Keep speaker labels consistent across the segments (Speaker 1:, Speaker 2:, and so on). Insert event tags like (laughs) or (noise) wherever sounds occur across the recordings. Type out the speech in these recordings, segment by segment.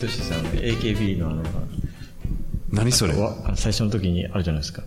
Speaker 1: 剛さんって AKB のあの、
Speaker 2: 何それ
Speaker 1: わ最初の時にあるじゃないですか。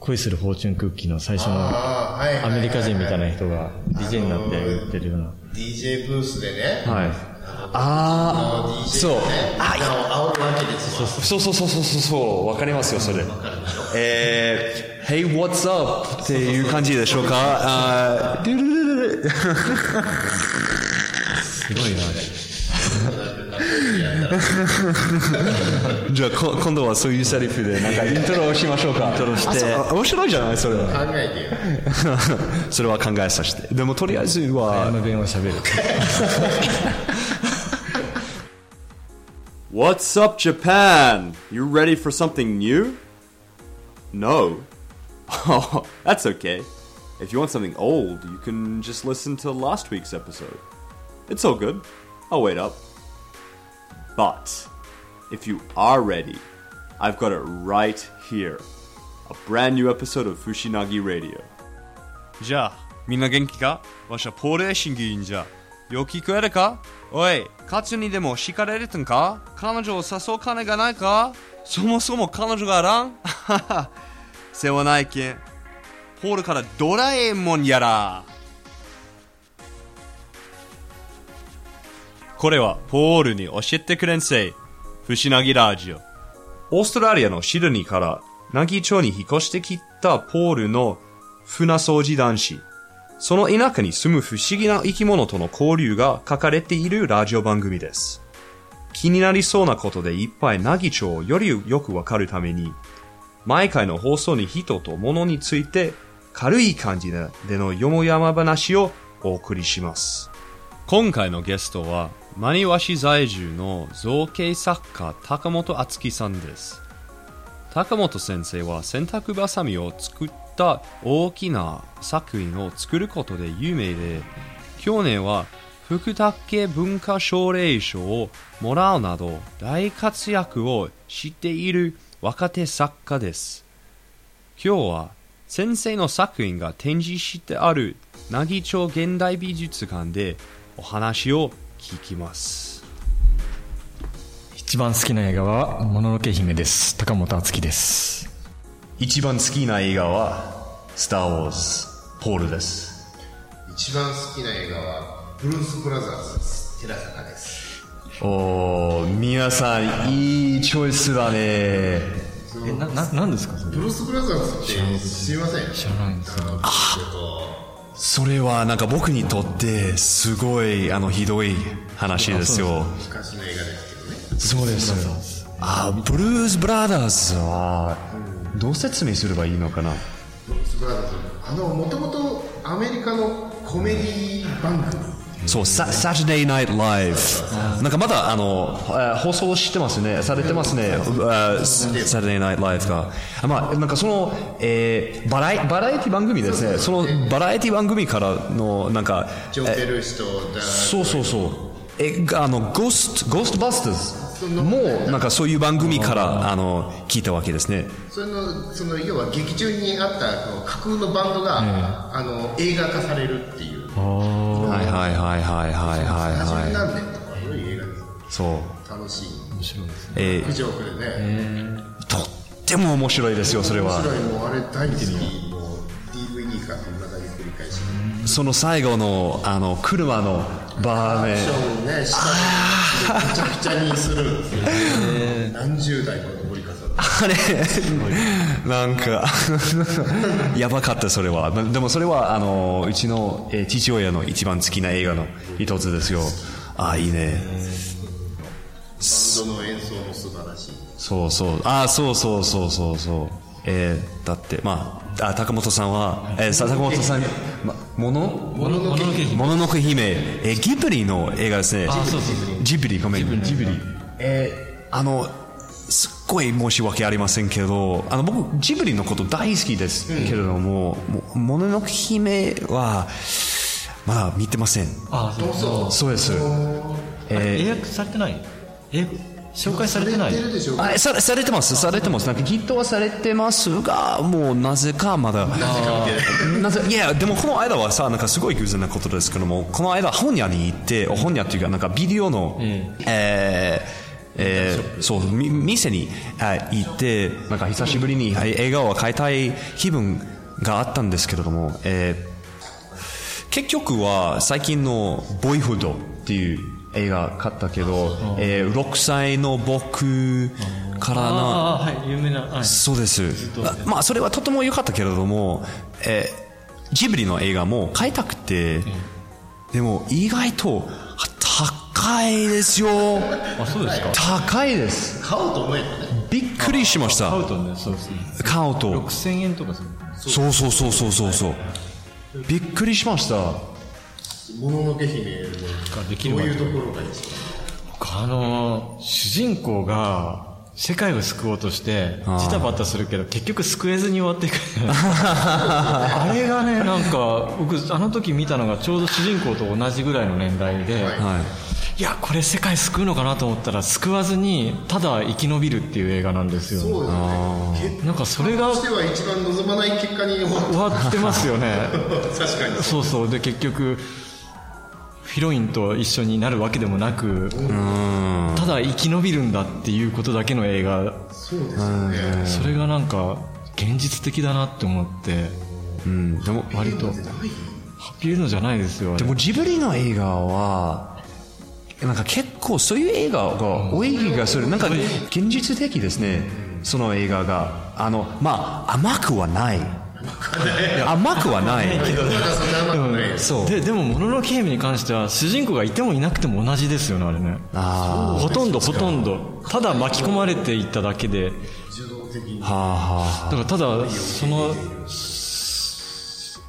Speaker 1: 恋するフォーチュンクッキーの最初の
Speaker 3: あーはいはいはい
Speaker 1: ア
Speaker 3: はい
Speaker 1: メリカ人みたいな人が DJ になって売ってるような。
Speaker 3: DJ ブースでね、
Speaker 1: はい。
Speaker 2: ああ
Speaker 3: DJ
Speaker 2: そう
Speaker 3: をね、あ煽るわけですよ。
Speaker 2: そうそうそうそうそうそうわかりますよそれえー、Hey what's up っていう感じでしょうかあールルルルル
Speaker 1: すごいな。
Speaker 2: (laughs) じゃあこ今度はそういうセリフでなんかイントロをしましょうかイントロして面白いじゃないそれは (laughs)
Speaker 3: 考えてよ。
Speaker 2: それは考えさせてでもとりあえず
Speaker 1: あ
Speaker 2: は
Speaker 1: の弁を喋る。
Speaker 4: What's up, Japan? You ready for something new? No. (laughs) Oh, that's okay. If you want something old, you can just listen to last week's episode. It's all good. I'll wait up. But, if you are ready, I've got it right here a brand new episode of Fushinagi Radio.
Speaker 5: じゃあみんな元気かわしはポーレーシングいいんじゃよく聞こえるかおいカツにでも叱られたんか彼女を誘う金がないかそもそも彼女があらん世話ないけんポールからドラえもんやらこれはポールに教えてくれんせいシナギラジオオーストラリアのシドニーから凪町に引っ越してきたポールの船掃除男子。その田舎に住む不思議な生き物との交流が書かれているラジオ番組です。気になりそうなことでいっぱい凪町をよりよくわかるために、毎回の放送に人と物について軽い感じでのよもやま話をお送りします。今回のゲストは、真庭市在住の造形作家高本敦樹さんです。高本先生は洗濯バサミを作った大きな作品を作ることで有名で去年は福武文化奨励賞をもらうなど大活躍をしている若手作家です今日は先生の作品が展示してある奈義町現代美術館でお話を聞きます
Speaker 1: 一番好きな映画は、もののけ姫です。高本敦樹です。
Speaker 2: 一番好きな映画は「スター・ウォーズ」ポールです
Speaker 3: 一番好きな映画は、ブルース・ブラザーズです。寺坂です。
Speaker 2: おー皆さんいいチョイスだね
Speaker 1: え、な、な、なんですかそれ
Speaker 3: ブルース・ブラザーズって、すいません。知らないんですけど。
Speaker 2: それはなんか僕にとってすごいあのひどい話ですよ
Speaker 3: 昔の映画ですけどね。
Speaker 2: そうですあブルース・ブラザーズはどう説明すればいいのかな
Speaker 3: ブルース・ブラザーズ。あの、もともとアメリカのコメディ番組。
Speaker 2: そう、ササチデイナイトライブ。なんかまだ、あの、えー放送してますね、されてますね、サチデイナイトライブが。あまあ、なんかその、えーバラエバラエティ番組ですね、そのバラエティ番組からの、なんか、
Speaker 3: ジョン・ペルーシとダー
Speaker 2: そうそうそう。え、あの、ゴースト、ゴーストバスターズも、なんかそういう番組から、あの、聞いたわけですね。
Speaker 3: それのその要は劇中にあったこの架空のバンドが、あの映画化されるっていう
Speaker 2: はいはいはいはいはい
Speaker 3: 初
Speaker 2: はい
Speaker 3: め
Speaker 2: はい。
Speaker 3: 何年とかそういう映画です
Speaker 2: そう。
Speaker 3: 楽しい
Speaker 2: え
Speaker 3: 九条区でね、
Speaker 2: ーとっても面白いですよ、それは
Speaker 3: 面。白いもうあれ大好きもう DVD 化とまだに繰り返し
Speaker 2: その最後のあの車の場面
Speaker 3: ショーンね下にぐちゃくちゃにするんですよ何十代も登り重ね
Speaker 2: あれなんか (laughs) やばかったそれはなでもそれはあのうちの、えー父親の一番好きな映画の一つですよああいいね
Speaker 3: その演奏も素晴らしい
Speaker 2: そうそうああそうそうそうそうそうえーだってまああ高本さんは、えーさ高本さんまもの
Speaker 1: もののけ姫。
Speaker 2: もののけ姫、えーギブリの映画ですね。
Speaker 1: そうそうそう
Speaker 2: ジブリ、ごめん。ジブリ。えーあの、すっごい申し訳ありませんけど、あの、僕、ジブリのこと大好きですけれども、ももののけ姫は、まだ見てません。
Speaker 1: あ、そうそう。
Speaker 2: そうです。え
Speaker 1: 英訳されてない英語紹介されて
Speaker 3: や
Speaker 1: な
Speaker 3: っ
Speaker 1: い
Speaker 3: てるでしょ
Speaker 2: ーあれされされてます、されてます、なんかきっとはされてますが、もうなぜかまだ、なぜいや、でもこの間はさ、なんかすごい偶然なことですけども、この間、本屋に行って、お本屋っていうか、なんかビデオの、えーそうみ店にあ行ってなんか久しぶりにはい映画を買いたい気分があったんですけれども、えー結局は最近の「ボーイフード」っていう映画買ったけど、えー6歳の僕からの
Speaker 1: ああはい有名な、はい、
Speaker 2: そうですあまあそれはとても良かったけれども、えージブリの映画も買いたくて、でも意外と高いですよ
Speaker 1: (laughs) あそうですか
Speaker 2: 高いです
Speaker 3: 買おうと思えばね
Speaker 2: びっくりしました
Speaker 1: 買うとねそうですね
Speaker 2: 買うと
Speaker 1: 6000円とかする
Speaker 2: そうそうそうそうそうそうびっくりしました
Speaker 3: もののけ姫の
Speaker 1: ができ
Speaker 3: ど
Speaker 1: る
Speaker 3: う
Speaker 1: わ
Speaker 3: い
Speaker 1: け
Speaker 3: うところがいいですか
Speaker 1: 僕あのー主人公が世界を救おうとしてジタバタするけど結局救えずに終わ
Speaker 3: (laughs)
Speaker 1: っていくあれがねなんか僕あの時見たのがちょうど主人公と同じぐらいの年代で、
Speaker 2: はい
Speaker 1: いやこれ世界救うのかなと思ったら救わずにただ生き延びるっていう映画なんですよ
Speaker 3: そうですね結
Speaker 1: なんかそれが
Speaker 3: 果としては一番望まない結果に終わっ
Speaker 1: 終わってますよね
Speaker 3: た確かに
Speaker 1: そうそうで結局ヒロインと一緒になるわけでもなくただ生き延びるんだっていうことだけの映画
Speaker 3: そうですよね
Speaker 1: それがなんか現実的だなって思って
Speaker 2: うん、でも
Speaker 1: 割とハッピーエンドじゃないですよあ
Speaker 2: で
Speaker 1: れ
Speaker 2: もジブリの映画はなんか結構そういう映画が多い気がするなんか現実的ですねその映画があのまあ甘くは
Speaker 1: (laughs)
Speaker 2: ない甘くはないそう
Speaker 1: ででも「もののけ姫」に関しては主人公がいてもいなくても同じですよねあれね
Speaker 2: あ
Speaker 1: ほとんどほとんどただ巻き込まれていっただけで
Speaker 2: あはあは
Speaker 1: だからただその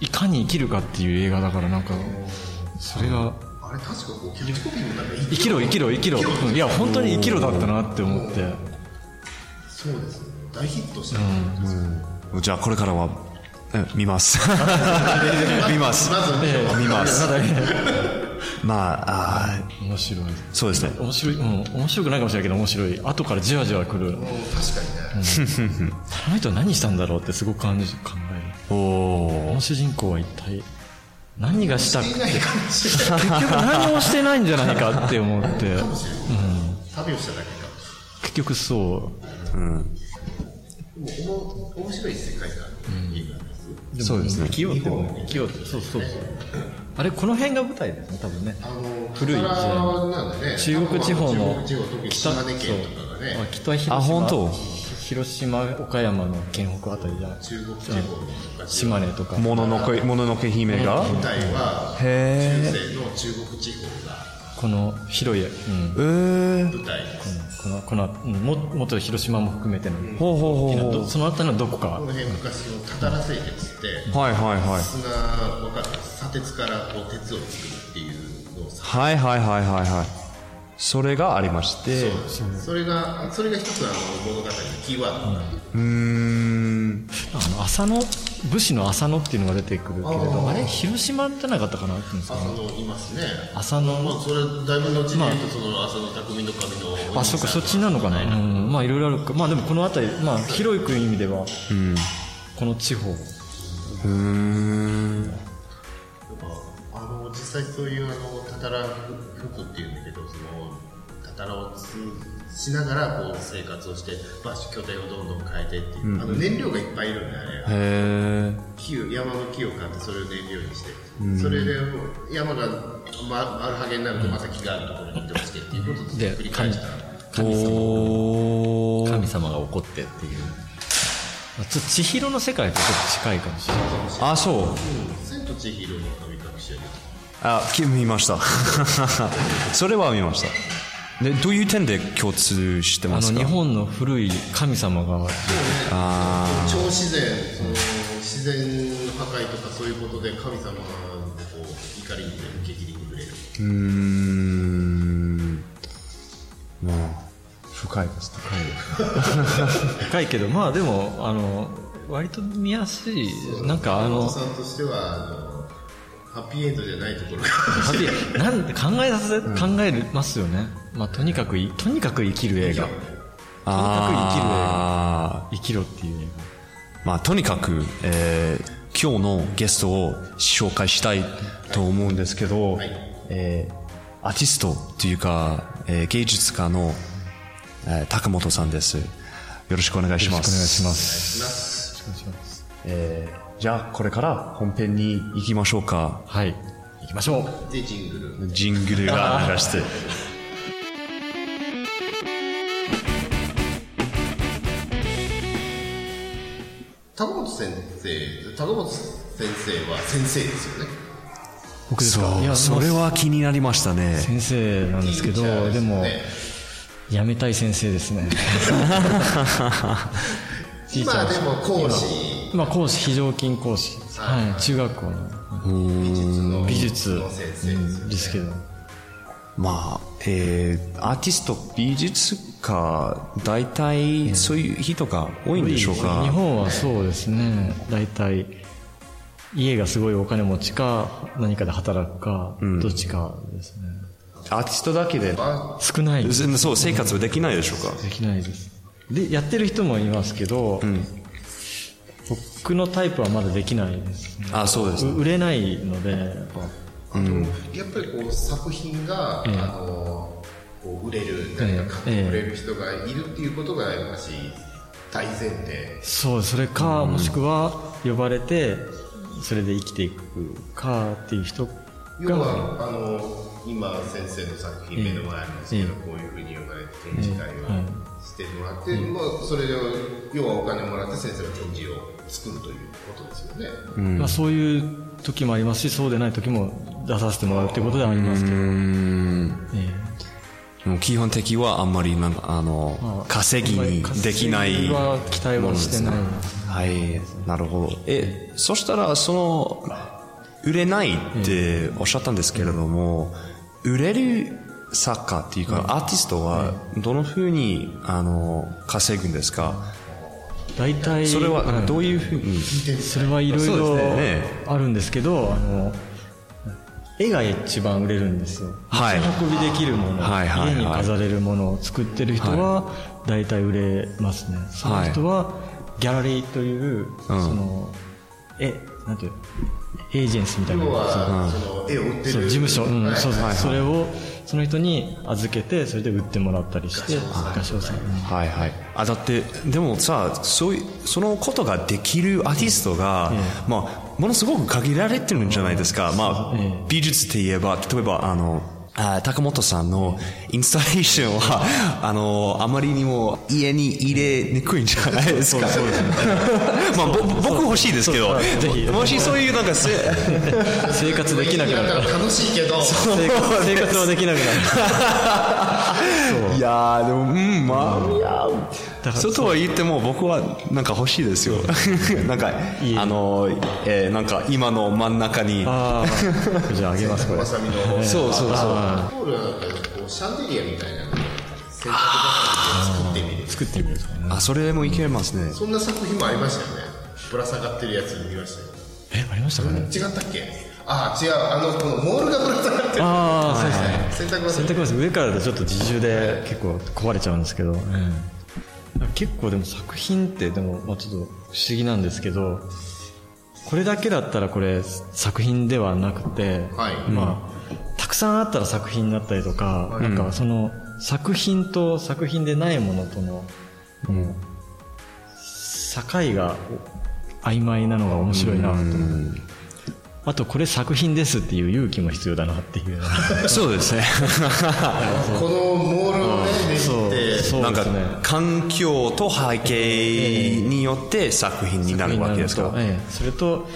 Speaker 1: いかに生きるかっていう映画だからなんかそれが
Speaker 3: あれ確かこうキャッチコピーもなんか
Speaker 1: 生きろ生きろ生きろうんいや本当に生きろだったなって思って
Speaker 3: そうですね大ヒットした
Speaker 2: あじゃあこれからはえ見ます
Speaker 3: (laughs)
Speaker 2: 見ます
Speaker 3: まずは
Speaker 1: ええ
Speaker 2: 見ます
Speaker 1: ただね
Speaker 2: まああー
Speaker 1: 面白い
Speaker 2: そうですね
Speaker 1: 面白い、うん、面白くないかもしれないけど面白い後からじわじわ来るこの人は何したんだろうってすごく感じ考える
Speaker 2: お
Speaker 1: こ
Speaker 2: お
Speaker 1: の主人公は一体何がしたくて
Speaker 3: 確かにねいないかもしれな
Speaker 1: 結局何もしてな
Speaker 3: い
Speaker 1: いんじゃないかって思って
Speaker 3: 旅をしただけか
Speaker 1: 結局そ
Speaker 3: でもおも面白い世界がある映画ですよ
Speaker 1: うそうですね生きようと生きようとそうそうそうあれこの辺が舞台ですね多分ね
Speaker 3: あの
Speaker 1: 古い時代
Speaker 3: なんだね
Speaker 1: 中国地方の
Speaker 3: 中国地方特に島根県とかが
Speaker 1: そうあ
Speaker 3: ね
Speaker 1: 北広島
Speaker 2: あ本当
Speaker 1: 広島岡山の県北あたりじゃない
Speaker 3: 中国地方のとか
Speaker 1: 島根とか
Speaker 2: もののけもののけ姫が
Speaker 3: 舞台は
Speaker 2: へ
Speaker 3: 中世の中国地方が
Speaker 1: この広い、うん、
Speaker 2: えー
Speaker 3: 舞台です
Speaker 1: このこのうんも元広島も含めての
Speaker 2: ほうほうほうほ
Speaker 1: どその辺りのどこか
Speaker 3: この辺昔のたたら製鉄って
Speaker 2: うはいはいはい
Speaker 3: 砂わかる砂鉄からこう鉄を作るっていうのをさ
Speaker 2: はいはいはいはいはいそれがありまして
Speaker 3: それがそれが一つあの物語のキーワードなんで
Speaker 2: うーん
Speaker 1: あの浅野武士の浅野っていうのが出てくるけれどあれ広島じゃなかったかなって言うんですかね
Speaker 3: 浅野いますね
Speaker 1: 浅野
Speaker 3: まあそれだいぶ後に言うとその浅野匠の神のお兄さん
Speaker 1: あそっかそっちなのかな、うん、まあいろいろあるかまあでもこの辺り、まあ、広いく意味では、この地方
Speaker 3: あの実際そういうあのたたら服っていうんだけどそのたたらをつしながらこう生活をして、まあ、拠点をどんどん変えてっていう、あの燃料がいっぱいいるんだよね
Speaker 2: へえ
Speaker 3: 木を山の木を買ってそれを燃料にして、それでもう山が、ま、丸はげになるとまた木があるところに移動してっていうことで繰り返した
Speaker 2: おー
Speaker 6: 神様が怒ってっていう
Speaker 1: まあちょっと千尋の世界とちょっと近いかもしれない
Speaker 2: あそう
Speaker 3: 千と千尋の神隠しやり
Speaker 2: あき見ました (laughs) それは見ましたでどういう点で共通して
Speaker 1: あ
Speaker 2: ま
Speaker 1: の
Speaker 2: すか
Speaker 1: 日本の古い神様が
Speaker 3: 超自然その自然の破壊とかそういうことで神様がこう怒りに受け切りに触れる
Speaker 2: うーんもう深いですね
Speaker 1: 深いけどまあでもあの割と見やすいなんかあ
Speaker 3: お
Speaker 1: の
Speaker 3: 父さんとしてはあのハッピーエンドじゃないところが
Speaker 1: なんて考えさせ、考えますよね、まあ、とにかくいとにかく生きる映画とにか
Speaker 2: あ
Speaker 1: く生きる映画生きろっていう映
Speaker 2: ーまあとにかく、えー今日のゲストを紹介したいと思うんですけど、えーアーティストというか、えー芸術家のえー高本さんですよろしくお願いします
Speaker 1: お願いします
Speaker 2: えーじゃあこれから本編に行きましょうか
Speaker 1: はい行きましょう
Speaker 3: でジングル
Speaker 2: ジングルが流して
Speaker 3: 高本先生高本先生は先生ですよね
Speaker 1: 僕ですかい
Speaker 2: そう
Speaker 1: や
Speaker 2: それは気になりましたね
Speaker 1: 先生なんですけど
Speaker 3: ティーチャー
Speaker 1: です
Speaker 3: よ
Speaker 1: も
Speaker 3: ね
Speaker 1: 辞めたい先生です
Speaker 6: (laughs)
Speaker 1: ねティーチャー
Speaker 3: 今でも講師
Speaker 1: 今講師非常勤講師ですはい中学校の美術
Speaker 3: の先生ですよ
Speaker 1: うんですけど
Speaker 2: まあ、えーアーティスト、美術家、大体そういう人が多いんでしょうか。
Speaker 1: 日本はそうですね大体家がすごいお金持ちか何かで働くか、どっちかですね
Speaker 2: アーティストだけで、
Speaker 1: 少ないです
Speaker 2: ずそう、生活はできないでしょうか。
Speaker 1: できないですでやってる人もいますけど、僕のタイプはまだできないですね
Speaker 2: あ、そうです。
Speaker 1: 売れないのでやっぱ
Speaker 3: あとやっぱりこう作品が、あのこう売れる何か買ってくれる人がいるっていうことがやっぱし大前提
Speaker 1: そうそれか、もしくは呼ばれてそれで生きていくかっていう人
Speaker 3: 要
Speaker 1: が
Speaker 3: はあの今先生の作品目の前なんですけど、こういうふうに呼ばれて展示会をしてもらって、まあ、それを要はお金もらって先生が展示を作るということですよね、
Speaker 1: まあ、そういう時もありますしそうでない時も出させてもらうっていうことではありますけど、え
Speaker 2: もう基本的はあんまりなんか、あの
Speaker 1: あ、
Speaker 2: 稼ぎにできない。
Speaker 1: 稼ぎは期待はしてない
Speaker 2: ものですねはい、なるほど。え、そしたら、その、売れないっておっしゃったんですけれども、売れる作家っていうか、アーティストは、どのふうに、あの、稼ぐんですか
Speaker 1: え大体
Speaker 2: それ
Speaker 1: う
Speaker 2: は、
Speaker 1: ん
Speaker 2: どういうふうに、
Speaker 1: それはいろい
Speaker 2: そう
Speaker 1: ろ
Speaker 2: ですね
Speaker 1: あるんですけどあの絵が一番売れるんですよ、
Speaker 2: はい
Speaker 1: 持ち運びできるもの、
Speaker 2: はいはいはい
Speaker 1: 家に飾れるものを作ってる人は大体売れますね、その人はギャラリーという、そのえなんていうエージェンスみたいな
Speaker 3: 要
Speaker 1: その
Speaker 3: はその絵を売って
Speaker 1: そう
Speaker 3: る
Speaker 1: 事務所、うん
Speaker 3: はい
Speaker 1: そうそうそれをその人に預けてそれで売ってもらったりして合唱祭
Speaker 2: はいはい、あだってでもさそういうそのことができるアーティストが、まあ、ものすごく限られてるんじゃないですか、まあ美術って言えば例えばあのあ高本さんのインスタレーションは、あの、あまりにも家に入れにくいんじゃないですか。 (laughs) まあ、ぼ僕欲しいですけど、
Speaker 1: ぜひ
Speaker 2: もしそういうなんかせ、
Speaker 1: 生活できなくなる
Speaker 3: だから楽しいけど
Speaker 1: 生活生活はできなくなる
Speaker 2: いやーでもうんまあいやーそうとは言っても僕はなんか欲しいですよなんか
Speaker 1: いえ
Speaker 2: あのーえーなんか今の真ん中に
Speaker 1: ああじゃああげますこれ
Speaker 3: まさみの
Speaker 2: そうそうそう
Speaker 3: ホールはなんかこうシャンデリアみたいなのを洗濯ばさみで作ってみる
Speaker 1: 作ってみる
Speaker 2: あそれもいけますね
Speaker 3: そんな作品もありましたよねぶら下がってるやつ見ましたよ
Speaker 1: えありましたかね
Speaker 3: 違ったっけああ違うあのこのモールがぶら下がってる
Speaker 1: ああそうですね、
Speaker 3: 洗濯ばさ
Speaker 1: 洗
Speaker 3: み
Speaker 1: 濯バサミ上からだとちょっと自重で結構壊れちゃうんですけど、結構でも作品ってでもまあちょっと不思議なんですけどこれだけだったらこれ作品ではなくて、
Speaker 3: はい
Speaker 1: まあたくさんあったら作品になったりとか、なんかその作品と作品でないものとの、境が曖昧なのが面白いなと思ってあとこれ作品ですっていう勇気も必要だなっていう。
Speaker 2: そうですね
Speaker 3: このモールをねねじ
Speaker 1: そう
Speaker 3: って
Speaker 2: な
Speaker 1: そうんで
Speaker 2: か
Speaker 1: すね。
Speaker 2: 環境と背景によって作品になるわけですか
Speaker 1: ええそれと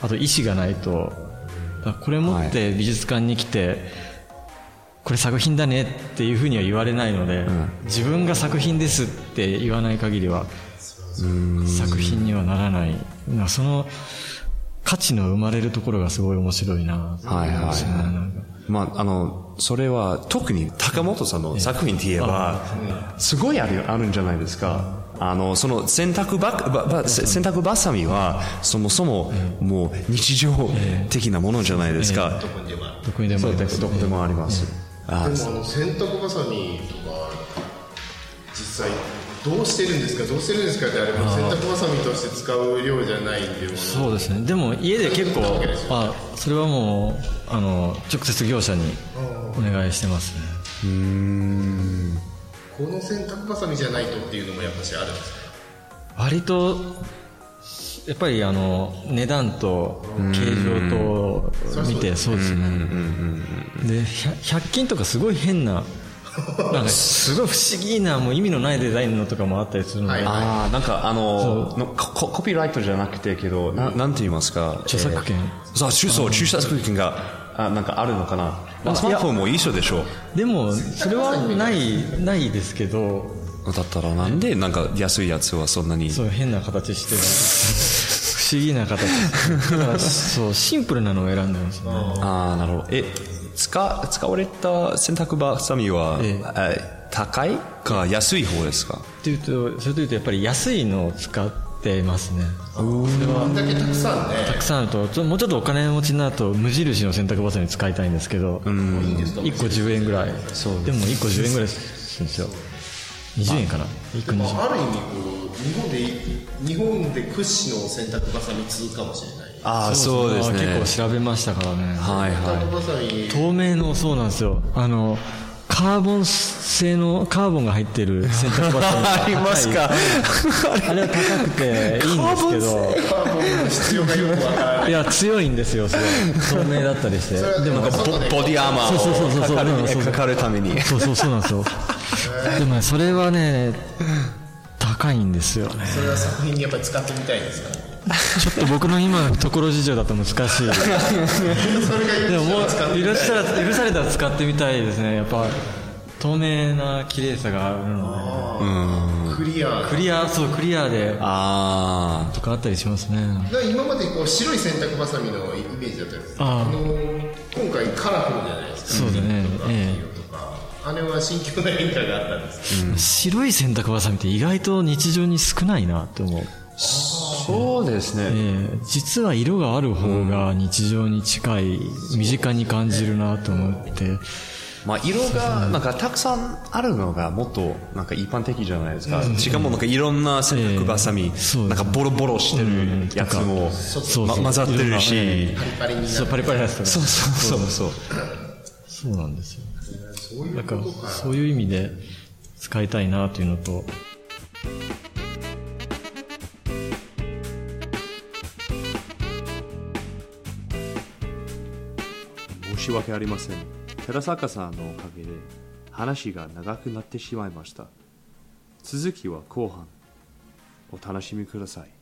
Speaker 1: あと意思がないとだからこれ持って美術館に来て、これ作品だねっていうふうには言われないので、自分が作品ですって言わない限りは作品にはならないなんかその価値の生まれるところがすごい面白いな
Speaker 2: はいはい
Speaker 1: そうなんか
Speaker 2: まああのそれは特に高本さんの作品って言えばすごいあるあるんじゃないですかあのその洗濯ばばばせ洗濯ばさみはそもそももう日常的なものじゃないですか
Speaker 3: どこにでもある
Speaker 1: どこにでもあります
Speaker 2: どこでもありますあ
Speaker 3: でもあの洗濯ばさみとか実際どうしてるんですかどうしてるんですかってあれも洗濯ばさみとして使う量じゃないんでもう
Speaker 1: そうですねでも家で結構あそれはもうあの直接業者にお願いしてますね
Speaker 3: この洗濯ばさみじゃないとっていうのもやっぱしあるんですか
Speaker 1: 割とやっぱりあの値段と形状と見てそうですねで 100, 100均とかすごい変ななんかすごい不思議なもう意味のないデザインのとかもあったりするので、
Speaker 3: は
Speaker 5: ああ、なんかあの、のココピーライトじゃなくてけど、ななんて言いますか。
Speaker 1: 著作権
Speaker 5: えーそう、中そう、著作権が、あなんかあるのかな。まあ、スマホも一緒でしょ
Speaker 1: でもそれはないないですけど
Speaker 5: う。だったらなんで、なんか安いやつはそんなに。
Speaker 1: そう変な形してる不思議な形してるだからそうシンプルなのを選んでますね
Speaker 5: ああ、なるほど。え、使、使われた洗濯ばさみは、
Speaker 1: ええ
Speaker 5: え高いか安い方ですか
Speaker 1: っていうとそれというとやっぱり安いのを使ってますね
Speaker 3: こんだけたくさんね
Speaker 1: たくさんあるとちょもうちょっとお金持ちになると無印の洗濯バサミ使いたいんですけど1個10円ぐらいでも1個10円ぐらいするんですよ20円かな1個
Speaker 3: ま
Speaker 1: 20円
Speaker 3: あ、ある意味こう日本で日本で屈指の洗濯ばさみ通かもしれない
Speaker 5: ああ、そうですね。
Speaker 1: 結構調べましたからね
Speaker 5: はい
Speaker 3: 洗
Speaker 5: は
Speaker 3: 濯ばさみ
Speaker 1: 透明のそうなんですよあのカーボン製のカーボンが入ってる洗濯バサミ
Speaker 5: い。ありますか。
Speaker 1: あれは高くていいんですけど
Speaker 3: 必要がよくわからない
Speaker 1: いや強いんですよそれ透明だったりしてでもなんか
Speaker 3: 外で
Speaker 5: ボディアーマ
Speaker 1: そうそうそう
Speaker 5: ー
Speaker 1: そう
Speaker 5: をかかる
Speaker 1: うんそうそう
Speaker 5: かかるために。
Speaker 1: そうそうそうなんですよでもねそれはね高いんですよね
Speaker 3: それは作品にやっぱり使ってみたいですか
Speaker 1: ちょっと僕の今のところ事情だと難しい
Speaker 3: それが
Speaker 1: でももう
Speaker 3: 許され
Speaker 1: 許したら許されたら使ってみたいですねやっぱ透明な綺麗さがあるの
Speaker 3: クリア
Speaker 1: でクリアそうクリアで
Speaker 5: あ
Speaker 1: とかあったりしますね
Speaker 3: が今までこう白い洗濯ばさみのイメージだったんですけど
Speaker 1: ああ
Speaker 3: あの今回カラフルじゃないですか
Speaker 1: そうだねええ
Speaker 3: とかあれは心境の変化があったんです
Speaker 1: 白い洗濯バサミって意外と日常に少ないなって思う、
Speaker 5: あ、そうです
Speaker 1: え
Speaker 5: ね。
Speaker 1: え実は色がある方が日常に近い身近に感じるなと思って
Speaker 5: まあ、色が、なんか、たくさんあるのが、もっと、なんか、一般的じゃないですか。しかも、なんか、いろんな洗濯ばさみ
Speaker 1: えそう、
Speaker 5: なんか、ボロボロしてるやつも、
Speaker 1: そう
Speaker 5: ま
Speaker 1: そう
Speaker 5: 混ざってるし。
Speaker 3: パリパリにな
Speaker 1: そう
Speaker 3: る
Speaker 1: パリパリなんですよね
Speaker 5: そうそうそうそう。
Speaker 1: そうなんですよ
Speaker 3: そうい
Speaker 1: だ
Speaker 3: う
Speaker 1: か
Speaker 3: こ
Speaker 1: ら
Speaker 3: とか
Speaker 1: そういう意味で使いたいなというのと
Speaker 7: 申し訳ありません寺坂さんのおかげで話が長くなってしまいました続きは後半お楽しみください